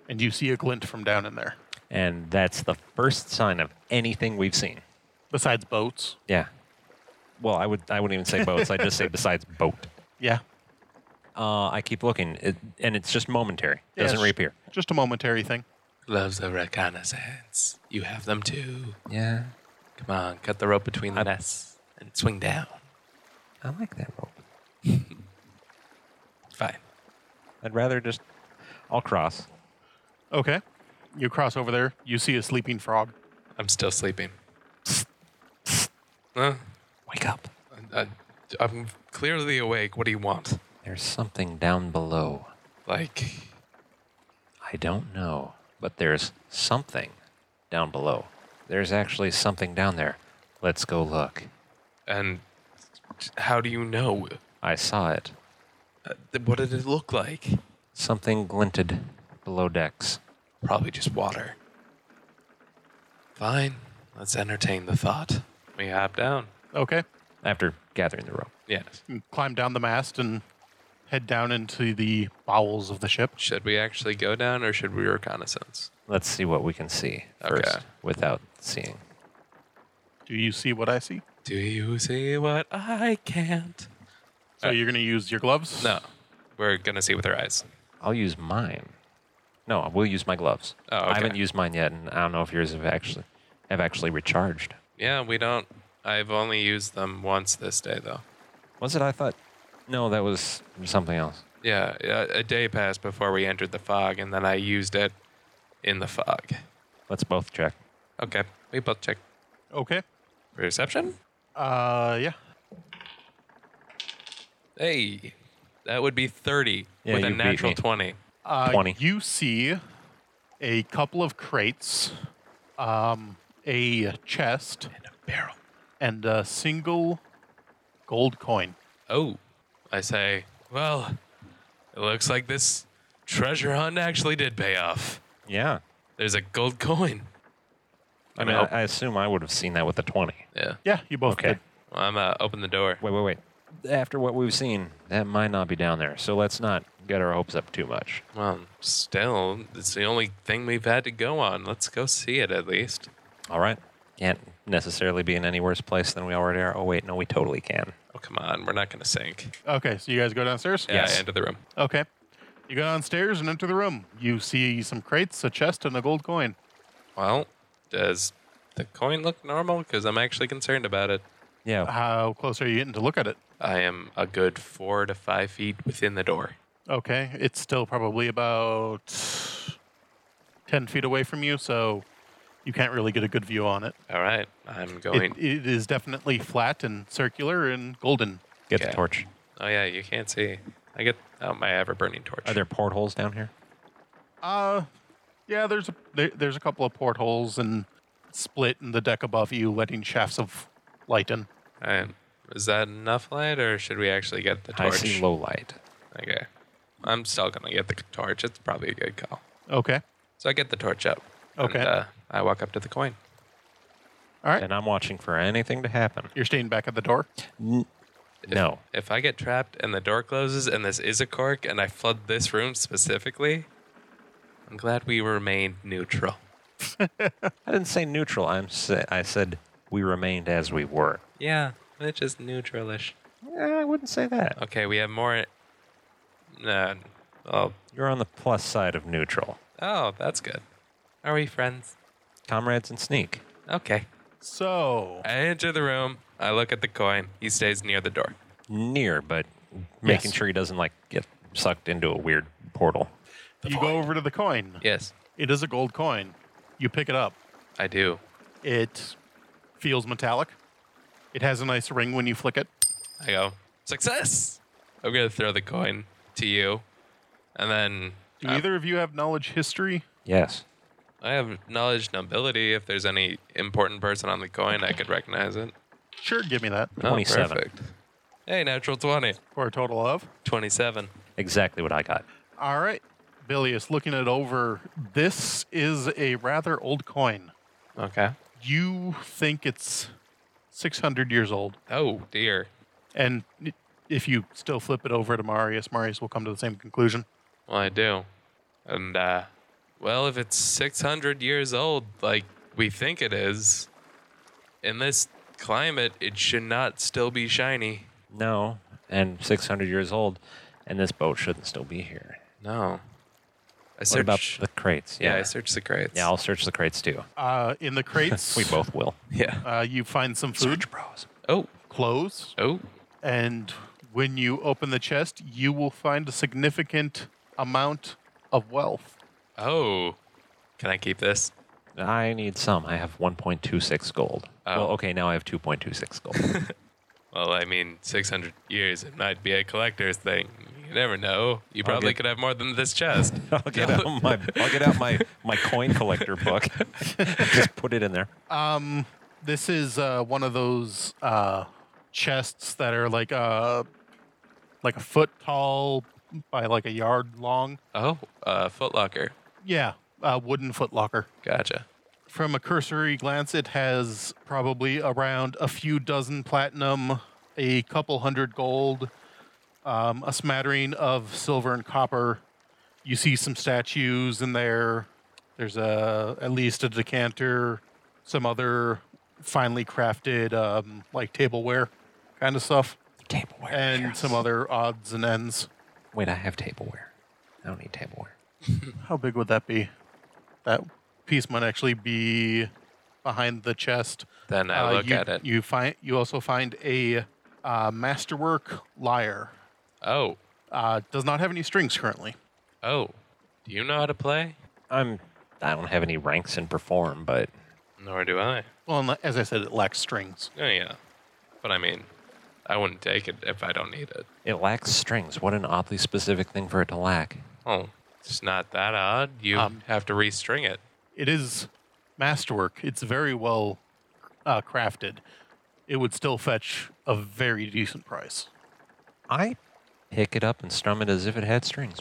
A: And you see a glint from down in there.
C: And that's the first sign of anything we've seen.
A: Besides boats.
C: Yeah. Well, I would I wouldn't even say boats. I'd just say besides boat.
A: Yeah.
C: Uh, I keep looking, it, and it's just momentary. Doesn't
A: Yes.
C: reappear.
A: Just a momentary thing.
B: Loves the reconnaissance. You have them too.
C: Yeah,
B: Come on, cut the rope between the
C: I-
B: nests and swing down.
C: I like that rope.
B: Fine.
C: I'd rather just I'll cross.
A: Okay. You cross over there, you see a sleeping frog.
B: I'm still sleeping. Huh?
C: Wake up.
B: I, I, am Uh, clearly awake. What do you want?
C: There's something down below.
B: Like,
C: I don't know, but there's something down below. There's actually something down there. Let's go look.
B: and how do you know?
C: I saw it.
B: Uh, th- What did it look like?
C: Something glinted below decks.
B: Probably just water. Fine. Let's entertain the thought. We hop down.
A: Okay.
C: After gathering the rope,
B: Yes.
A: You climb down the mast and head down into the bowels of the ship.
B: Should we actually go down or should we reconnaissance?
C: let's see what we can see first
B: Okay.
C: without seeing.
A: Do you see what I see?
B: Do you see what I can't?
A: So
B: Uh,
A: you're going to use your gloves?
B: No. We're going to see with our eyes.
C: I'll use mine. No, I will use my gloves.
B: Oh,
C: I
B: okay.
C: haven't used mine yet, and I don't know if yours have actually have actually recharged.
B: Yeah, we don't. I've only used them once this day, though.
C: Was it? I thought. No, that was something else.
B: Yeah, a, a day passed before we entered the fog, and then I used it in the fog.
C: Let's both check.
B: Okay, we both check
A: Okay.
B: perception.
A: Uh, yeah.
B: Hey, that would be 30
C: Yeah,
B: with a
C: you beat
B: natural
C: me.
B: 20.
A: Uh,
C: 20.
A: You see a couple of crates, um, a chest,
B: And a barrel.
A: and a single gold coin.
B: Oh, I say, well, it looks like this treasure hunt actually did pay off.
C: Yeah.
B: There's a gold coin.
C: I mean, I,
B: Nope.
C: I assume I would have seen that with a twenty.
B: Yeah.
A: Yeah, you both
C: Okay.
A: did.
B: Well, I'm uh, open the door.
C: Wait, wait, wait. After what we've seen, that might not be down there. So let's not get our hopes up too much.
B: Well, still, it's the only thing we've had to go on. Let's go see it at least.
C: All right. Can't necessarily be in any worse place than we already are. Oh wait, no, we totally can.
B: Oh, come on. We're not going to sink.
A: Okay, so you guys go downstairs?
B: Yeah,
C: Yes.
B: into the room.
A: Okay. You go downstairs and enter the room. You see some crates, a chest, and a gold coin.
B: Well, does the coin look normal? Because I'm actually concerned about it.
C: Yeah.
A: How close are you getting to look at it?
B: I am a good four to five feet within the door.
A: Okay, it's still probably about 10 feet away from you, so you can't really get a good view on it.
B: All right. I'm going.
A: It, it is definitely flat and circular and golden.
C: Get the
B: Okay.
C: torch.
B: oh, yeah, you can't see. I get out my ever oh, burning torch.
C: Are there portholes down here?
A: Uh, Yeah, there's a, there, there's a couple of portholes and split in the deck above you, letting shafts of light in.
B: All right. Um, Is that enough light, or should we actually get the
C: I
B: torch?
C: see low light.
B: Okay. I'm still gonna get the torch. It's probably a good call.
A: Okay.
B: So I get the torch up.
A: Okay.
B: And, uh, I walk up to the coin.
A: All right.
C: And I'm watching for anything to happen.
A: You're staying back at the door.
C: No.
B: If I get trapped and the door closes and this is a cork and I flood this room specifically, I'm glad we remained neutral.
C: I didn't say neutral. I'm sa- I said we remained as we were.
B: Yeah, it's just neutralish.
C: Eh, I wouldn't say that.
B: Okay, we have more. Uh, oh,
C: You're on the plus side of neutral.
B: oh, that's good. Are we friends?
C: Comrades and sneak.
B: Okay.
A: So,
B: I enter the room. I look at the coin. He stays near the door.
C: Near, but making
A: Yes.
C: sure he doesn't like get sucked into a weird portal.
A: you go over to the coin.
B: Yes,
A: It is a gold coin. You pick it up.
B: I do.
A: It feels metallic. It has a nice ring when you flick it.
B: I go, success! I'm going to throw the coin to you. And then
A: Do
B: uh,
A: either of you have knowledge history?
C: Yes.
B: I have knowledge and ability. If there's any important person on the coin, I could recognize it.
A: Sure, give me that.
B: Oh,
C: 27.
B: perfect. Hey, natural 20.
A: For a total of.
B: 27.
C: Exactly what I got.
A: All right. Billy is looking it over. This is a rather old coin.
B: Okay.
A: You think it's 600 years old.
B: Oh, dear.
A: And if you still flip it over to Marius, Marius will come to the same conclusion.
B: Well, I do. And, uh, well, if it's 600 years old, like we think it is, in this climate, it should not still be shiny.
C: No. And 600 years old, and this boat shouldn't still be here.
B: No. I
C: What
B: search.
C: about the crates?
B: yeah.
C: Yeah.
B: I searched the crates.
C: Yeah, I'll search the crates too.
A: Uh, in the crates,
C: We both will.
B: Yeah.
A: Uh, you find some food,
C: bros.
B: Oh.
A: clothes,
B: Oh.
A: and when you open the chest, you will find a significant amount of wealth.
B: Oh. Can I keep this?
C: I need some. I have 1.26 gold.
B: Oh.
C: Well, okay, now I have 2.26 gold.
B: Well, I mean, 600 years, it might be a collector's thing. You never know. You probably
C: get-
B: could have more than this chest.
C: I'll get out my I'll get out my, my coin collector book. Just put it in there.
A: This is uh, one of those uh, chests that are like a, like a foot tall by like a yard long.
B: Oh, uh, Footlocker.
A: Yeah, a wooden footlocker.
B: Gotcha.
A: From a cursory glance, it has probably around a few dozen platinum, a couple hundred gold, um, a smattering of silver and copper. You see some statues in there. There's a at least a decanter, some other finely crafted um, like tableware kind of stuff,
C: Tableware.
A: and
C: yes.
A: some other odds and ends.
C: Wait, I have tableware. I don't need tableware.
A: How big would that be? That piece might actually be behind the chest.
B: Then I
A: Uh,
B: look
A: you,
B: at it.
A: You find you also find a uh, masterwork lyre.
B: oh.
A: Uh, does not have any strings currently.
B: Oh. Do you know how to play?
C: I'm I don't have any ranks in perform, but
B: Nor do I.
A: Well, unle- as I said, it lacks strings.
B: Oh, yeah. But I mean, I wouldn't take it if I don't need it.
C: it lacks strings. What an oddly specific thing for it to lack.
B: Oh, it's not that odd. You
A: Um,
B: have to restring it.
A: It is masterwork. It's very well uh, crafted. It would still fetch a very decent price.
C: I pick it up and strum it as if it had strings.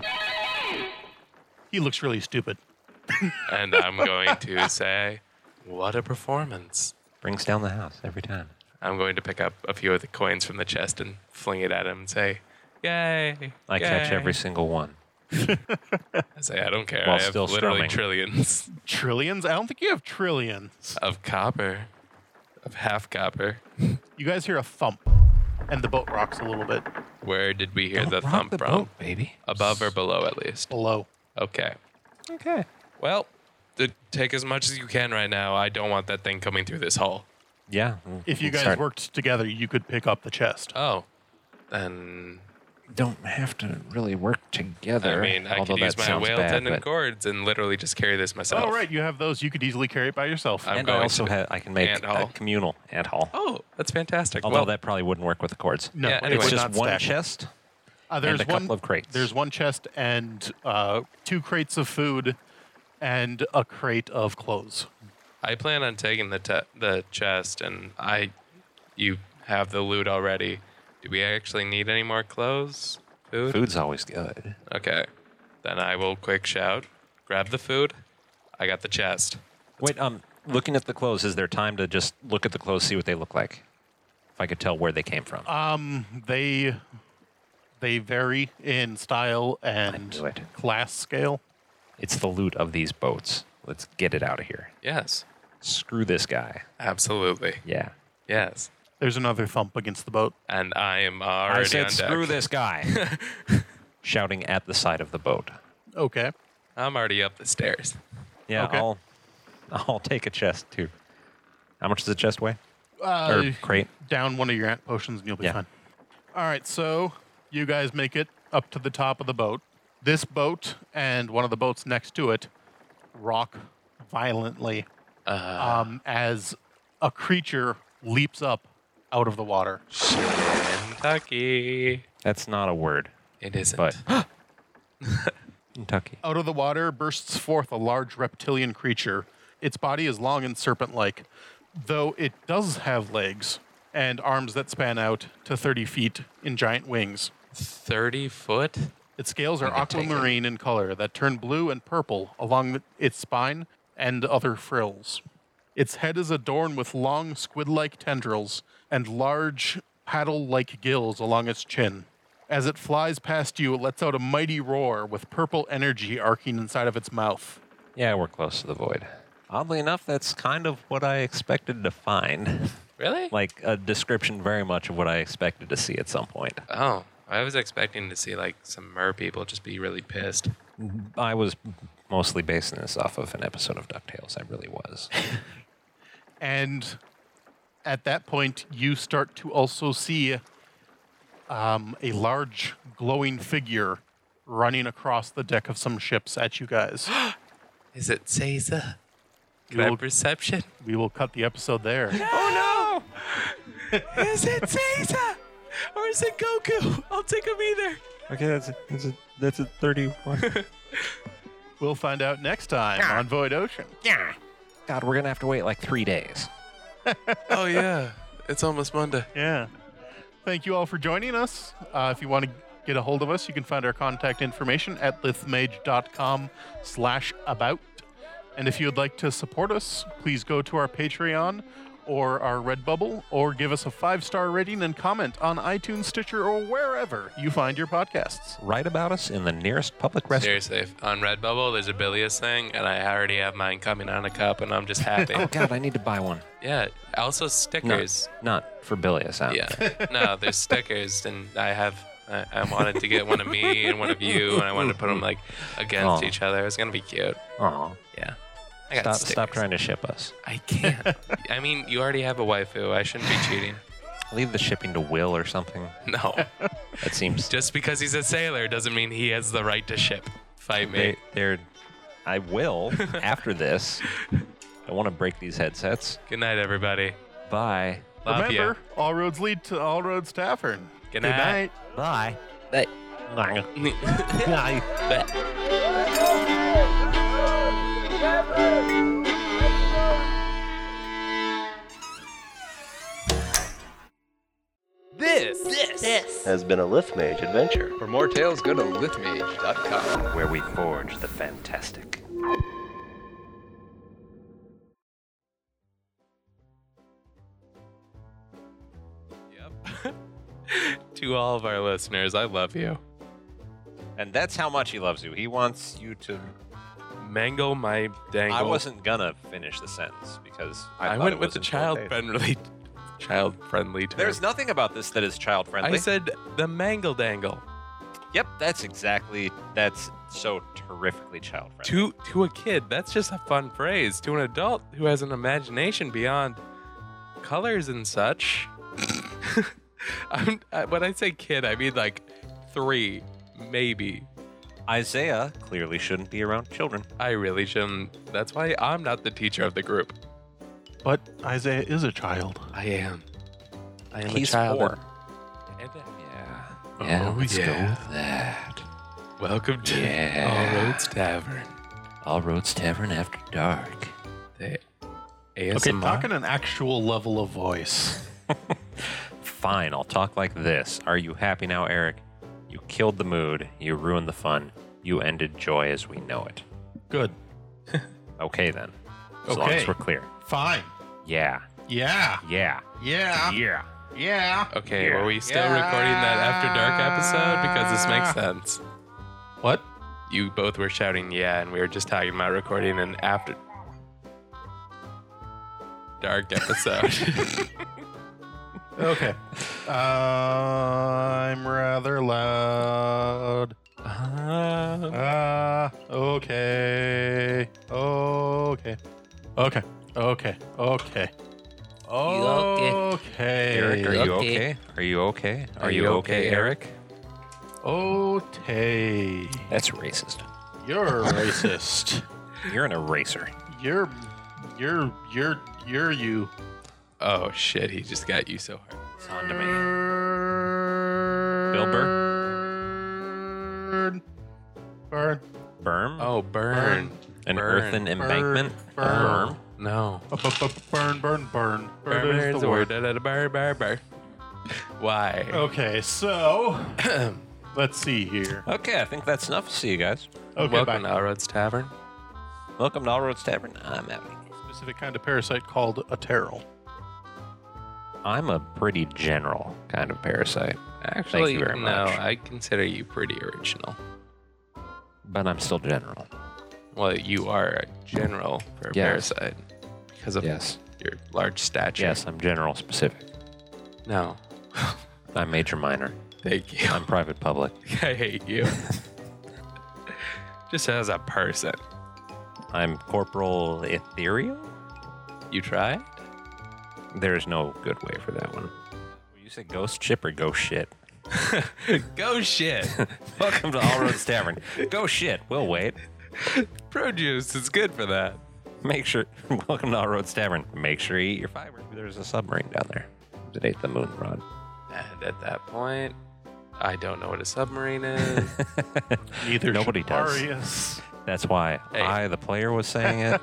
A: He looks really stupid.
B: And I'm going to say, what a performance.
C: Brings down the house every time.
B: I'm going to pick up a few of the coins from the chest and fling it at him and say, Yay!
C: I catch
B: yay."
C: every single one.
B: I say, I don't care.
C: While
B: I have
C: still
B: literally
C: strumming.
B: trillions
A: Trillions? I don't think you have trillions.
B: of copper, of half copper.
A: You guys hear a thump, and the boat rocks a little bit
B: Where did we hear the
C: Rock
B: thump
C: the
B: from?
C: boat, baby.
B: Above or below, at least.
A: below.
B: Okay.
C: Okay.
B: Well, d- take as much as you can right now. I don't want that thing coming through this hole.
C: Yeah. we'll-
A: If you
C: we'll
A: guys
C: start-
A: worked together, you could pick up the chest.
B: Oh, then
C: don't have to really work together.
B: I mean, I
C: although
B: could use
C: that
B: my
C: sounds
B: whale
C: bad,
B: tendon
C: but-
B: cords and literally just carry this myself.
A: Oh, right. You have those. You could easily carry it by yourself.
B: I'm
C: and
B: going
C: I also
B: to-
C: have I can make
B: Ant
C: a
B: hall.
C: communal ant hall.
B: Oh, that's fantastic.
C: Although
B: well,
C: that probably wouldn't work with the cords.
A: No,
B: Yeah,
A: it
B: anyway.
C: it's
A: would
C: just
A: not
C: one
A: stack.
C: chest.
A: Uh, there's
C: a
A: one,
C: couple of crates.
A: There's one chest and uh, two crates of food and a crate of clothes.
B: I plan on taking the te- the chest, and I, you have the loot already. Do we actually need any more clothes? Food.
C: Food's always good.
B: Okay. Then I will quick shout, grab the food. I got the chest.
C: Wait, um, looking at the clothes, is there time to just look at the clothes, see what they look like? If I could tell where they came from.
B: Uh,
A: They they vary in style
C: knew it.
A: and class scale.
C: it's the loot of these boats. Let's get it out of here.
B: Yes.
C: Screw this guy.
B: Absolutely.
C: Yeah.
B: Yes.
A: There's another thump against the boat.
B: And I am already
C: I said
B: on
C: screw
B: deck.
C: this guy. Shouting at the side of the boat.
A: Okay.
B: I'm already up the stairs.
C: Yeah,
A: Okay.
C: I'll I'll take a chest too. How much does a chest weigh?
A: Uh,
C: or crate?
A: down one of your ant potions and you'll be
C: Yeah.
A: fine. All right, so you guys make it up to the top of the boat. This boat and one of the boats next to it rock violently
C: Uh.
A: um, as a creature leaps up out of the water.
B: Kentucky.
C: That's not a word,
B: It isn't.
C: but Kentucky.
A: Out of the water bursts forth a large reptilian creature. Its body is long and serpent like, though it does have legs and arms that span out to 30 feet in giant wings.
B: 30 foot?
A: Its scales are
B: could take it.
A: aquamarine in color that turn blue and purple along the, its spine and other frills. Its head is adorned with long squid like tendrils and large paddle like gills along its chin. As it flies past you, it lets out a mighty roar with purple energy arcing inside of its mouth.
C: Yeah, we're close to the void. Oddly enough, that's kind of what I expected to find.
B: Really?
C: like a description very much of what I expected to see at some point.
B: oh, I was expecting to see like some mer people just be really pissed.
C: I was mostly basing this off of an episode of DuckTales. I really was.
A: And at that point, you start to also see um, a large glowing figure running across the deck of some ships at you guys.
B: Is it Caesar?
A: You will-
B: perception?
A: we will cut the episode there.
B: Oh no! is it Caesar? Or is it Goku? I'll take him either.
C: Okay, that's a, that's a, that's a 31.
A: We'll find out next time on Void Ocean.
C: God, we're going to have to wait like three days.
B: Oh yeah. It's almost Monday.
A: Yeah. Thank you all for joining us. Uh, if you want to get a hold of us, you can find our contact information at lithmage.com slash about. And if you would like to support us, please go to our Patreon or our Redbubble or give us a five-star rating and comment on iTunes, Stitcher, or wherever you find your podcasts.
C: Write about us in the nearest public restroom.
B: Seriously, if- on Redbubble, there's a bilious thing, and I already have mine coming on a cup, and I'm just happy.
C: Oh, God, I need to buy one.
B: yeah. Also
C: No,
B: stickers.
C: not for bilious. Out.
B: Yeah. No, there's stickers, and I have. I, I wanted to get one of me and one of you, and I wanted to put them like against
C: Aw.
B: each other. It was gonna be cute.
C: Aw.
B: Yeah. I got
C: Stop,
B: stickers.
C: stop trying to ship us.
B: I can't. I mean, you already have a waifu. I shouldn't be cheating.
C: Leave the shipping to Will or something.
B: No.
C: That seems.
B: Just because he's a sailor doesn't mean he has the right to ship. Fight me.
C: they, they're. I will after this. I want to break these headsets.
B: Good night, everybody.
C: Bye.
B: Love
A: Remember, all roads lead to All Roads Tavern. Good
B: Good night.
A: night.
C: Bye. Bye.
B: you.
C: Bye.
B: But-
D: This, has been a Lift Mage adventure.
E: For more tales, go to lithmage.com.
C: Where we forge the fantastic.
B: Yep. to all of our listeners, I love you.
C: And that's how much he loves you. He wants you to.
B: Mango my dangle.
C: I wasn't gonna finish the sentence because I,
B: I,
C: thought
B: went
C: it
B: with
C: was
B: the
C: in full
B: child
C: faith.
B: friendly, child friendly term.
C: There's nothing about this that is child friendly.
B: I said the mangle dangle
C: yep, that's exactly. That's so terrifically child friendly.
B: to to a kid. That's just a fun phrase to an adult who has an imagination beyond colors and such. I'm, I, when I say kid, I mean like three, maybe.
C: Isaiah clearly shouldn't be around children.
B: I really shouldn't. That's why I'm not the teacher of the group.
A: But Isaiah is a child.
B: I am. I am
C: He's
B: a child.
C: four.
B: And, and-
C: Yeah.
B: Oh, yeah.
C: that.
B: Welcome to
C: Yeah.
B: All Roads Oh, Tavern.
C: All Roads Tavern after dark.
B: They
A: Okay,
B: ASMR?
A: talk in an actual level of voice.
C: Fine, I'll talk like this. Are you happy now, Eric? You killed the mood. You ruined the fun. You ended joy as we know it.
A: Good.
C: Okay, then. As long as
A: Okay.
C: we're clear.
A: Fine.
C: Yeah.
A: Yeah.
C: Yeah.
A: Yeah.
C: Yeah.
A: Yeah.
B: Okay,
C: Yeah.
B: were we still recording that After Dark episode? Because this makes sense.
A: What?
B: You both were shouting yeah, and we were just talking about recording an After Dark episode.
A: Okay. uh, I'm rather loud.
B: Uh,
A: Ah, okay. Okay. Okay. Okay. Okay.
D: okay?
A: Okay.
C: Eric, are you
D: Okay.
C: okay? Are you okay? Are you okay, Eric?
A: Okay.
C: That's racist.
A: You're racist.
C: You're an eraser.
A: You're, you're, you're, you're you.
B: oh shit, he just got you so hard.
C: It's on to me. Bill Burr?
A: Burn. Burn.
C: Berm?
B: Oh, burn.
C: An
B: burn.
C: earthen embankment?
A: Berm.
C: Berm?
B: No.
A: Burn, burn, burn. Burn
B: Burn
A: is the word.
B: Da, da, da, burn, burn, burn. Why?
C: Oh,
A: Okay, so let's see here.
C: Okay, I think that's enough. See you guys.
A: Okay,
B: Welcome
A: bye.
B: to Alroads Tavern.
C: Welcome to All Roads Tavern. I'm Abby.
A: specific kind of parasite called a terrell.
C: I'm a pretty general kind of parasite,
B: Actually,
C: Thank you very
B: no,
C: much.
B: I consider you pretty original.
C: but I'm still general.
B: Well, you are a general for a
C: Yes.
B: parasite because of
C: Yes.
B: your large stature.
C: Yes, I'm general specific.
B: No.
C: I'm major minor.
B: Thank you.
C: I'm private public.
B: I hate you. Just as a person.
C: I'm corporal ethereal?
B: You try?
C: There's no good way for that one. Will you say ghost ship or ghost shit?
B: Go shit.
C: Welcome to All Roads Tavern. Go shit. We'll wait.
B: Produce is good for that.
C: Make sure. Welcome to All Roads Tavern. Make sure you eat your fiber. There's a submarine down there that ate the moon rod.
B: And at that point, I don't know what a submarine is.
A: Neither
C: Nobody
A: should
C: does.
A: Marius.
C: That's why
B: Hey.
C: I, the player, was saying it.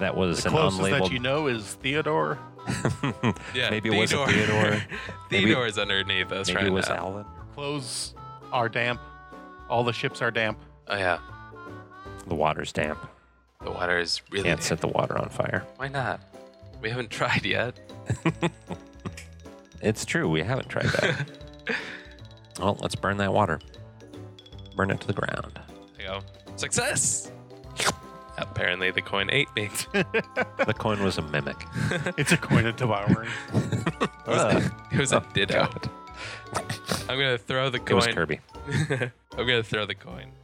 C: That was an
A: Closest
C: unlabeled.
A: that you know is Theodore.
B: yeah,
C: Maybe it wasn't Theodore. Maybe-
B: Theodore is underneath us
C: Maybe
B: right
C: it was
B: now.
C: Alvin.
A: Clothes are damp. All the ships are damp.
B: Oh yeah,
C: The water's damp.
B: the water is really.
C: Can't set the water on fire.
B: Why not? We haven't tried yet.
C: It's true. We haven't tried that. well, let's burn that water. Burn it to the ground.
B: There you go. Success. Apparently, the coin ate me.
C: The coin was a mimic.
A: It's a coin of devouring.
C: Ugh.
B: It was a ditto. I'm gonna throw the
C: Oh, it was
B: coin.
C: Kirby.
B: I'm gonna throw the coin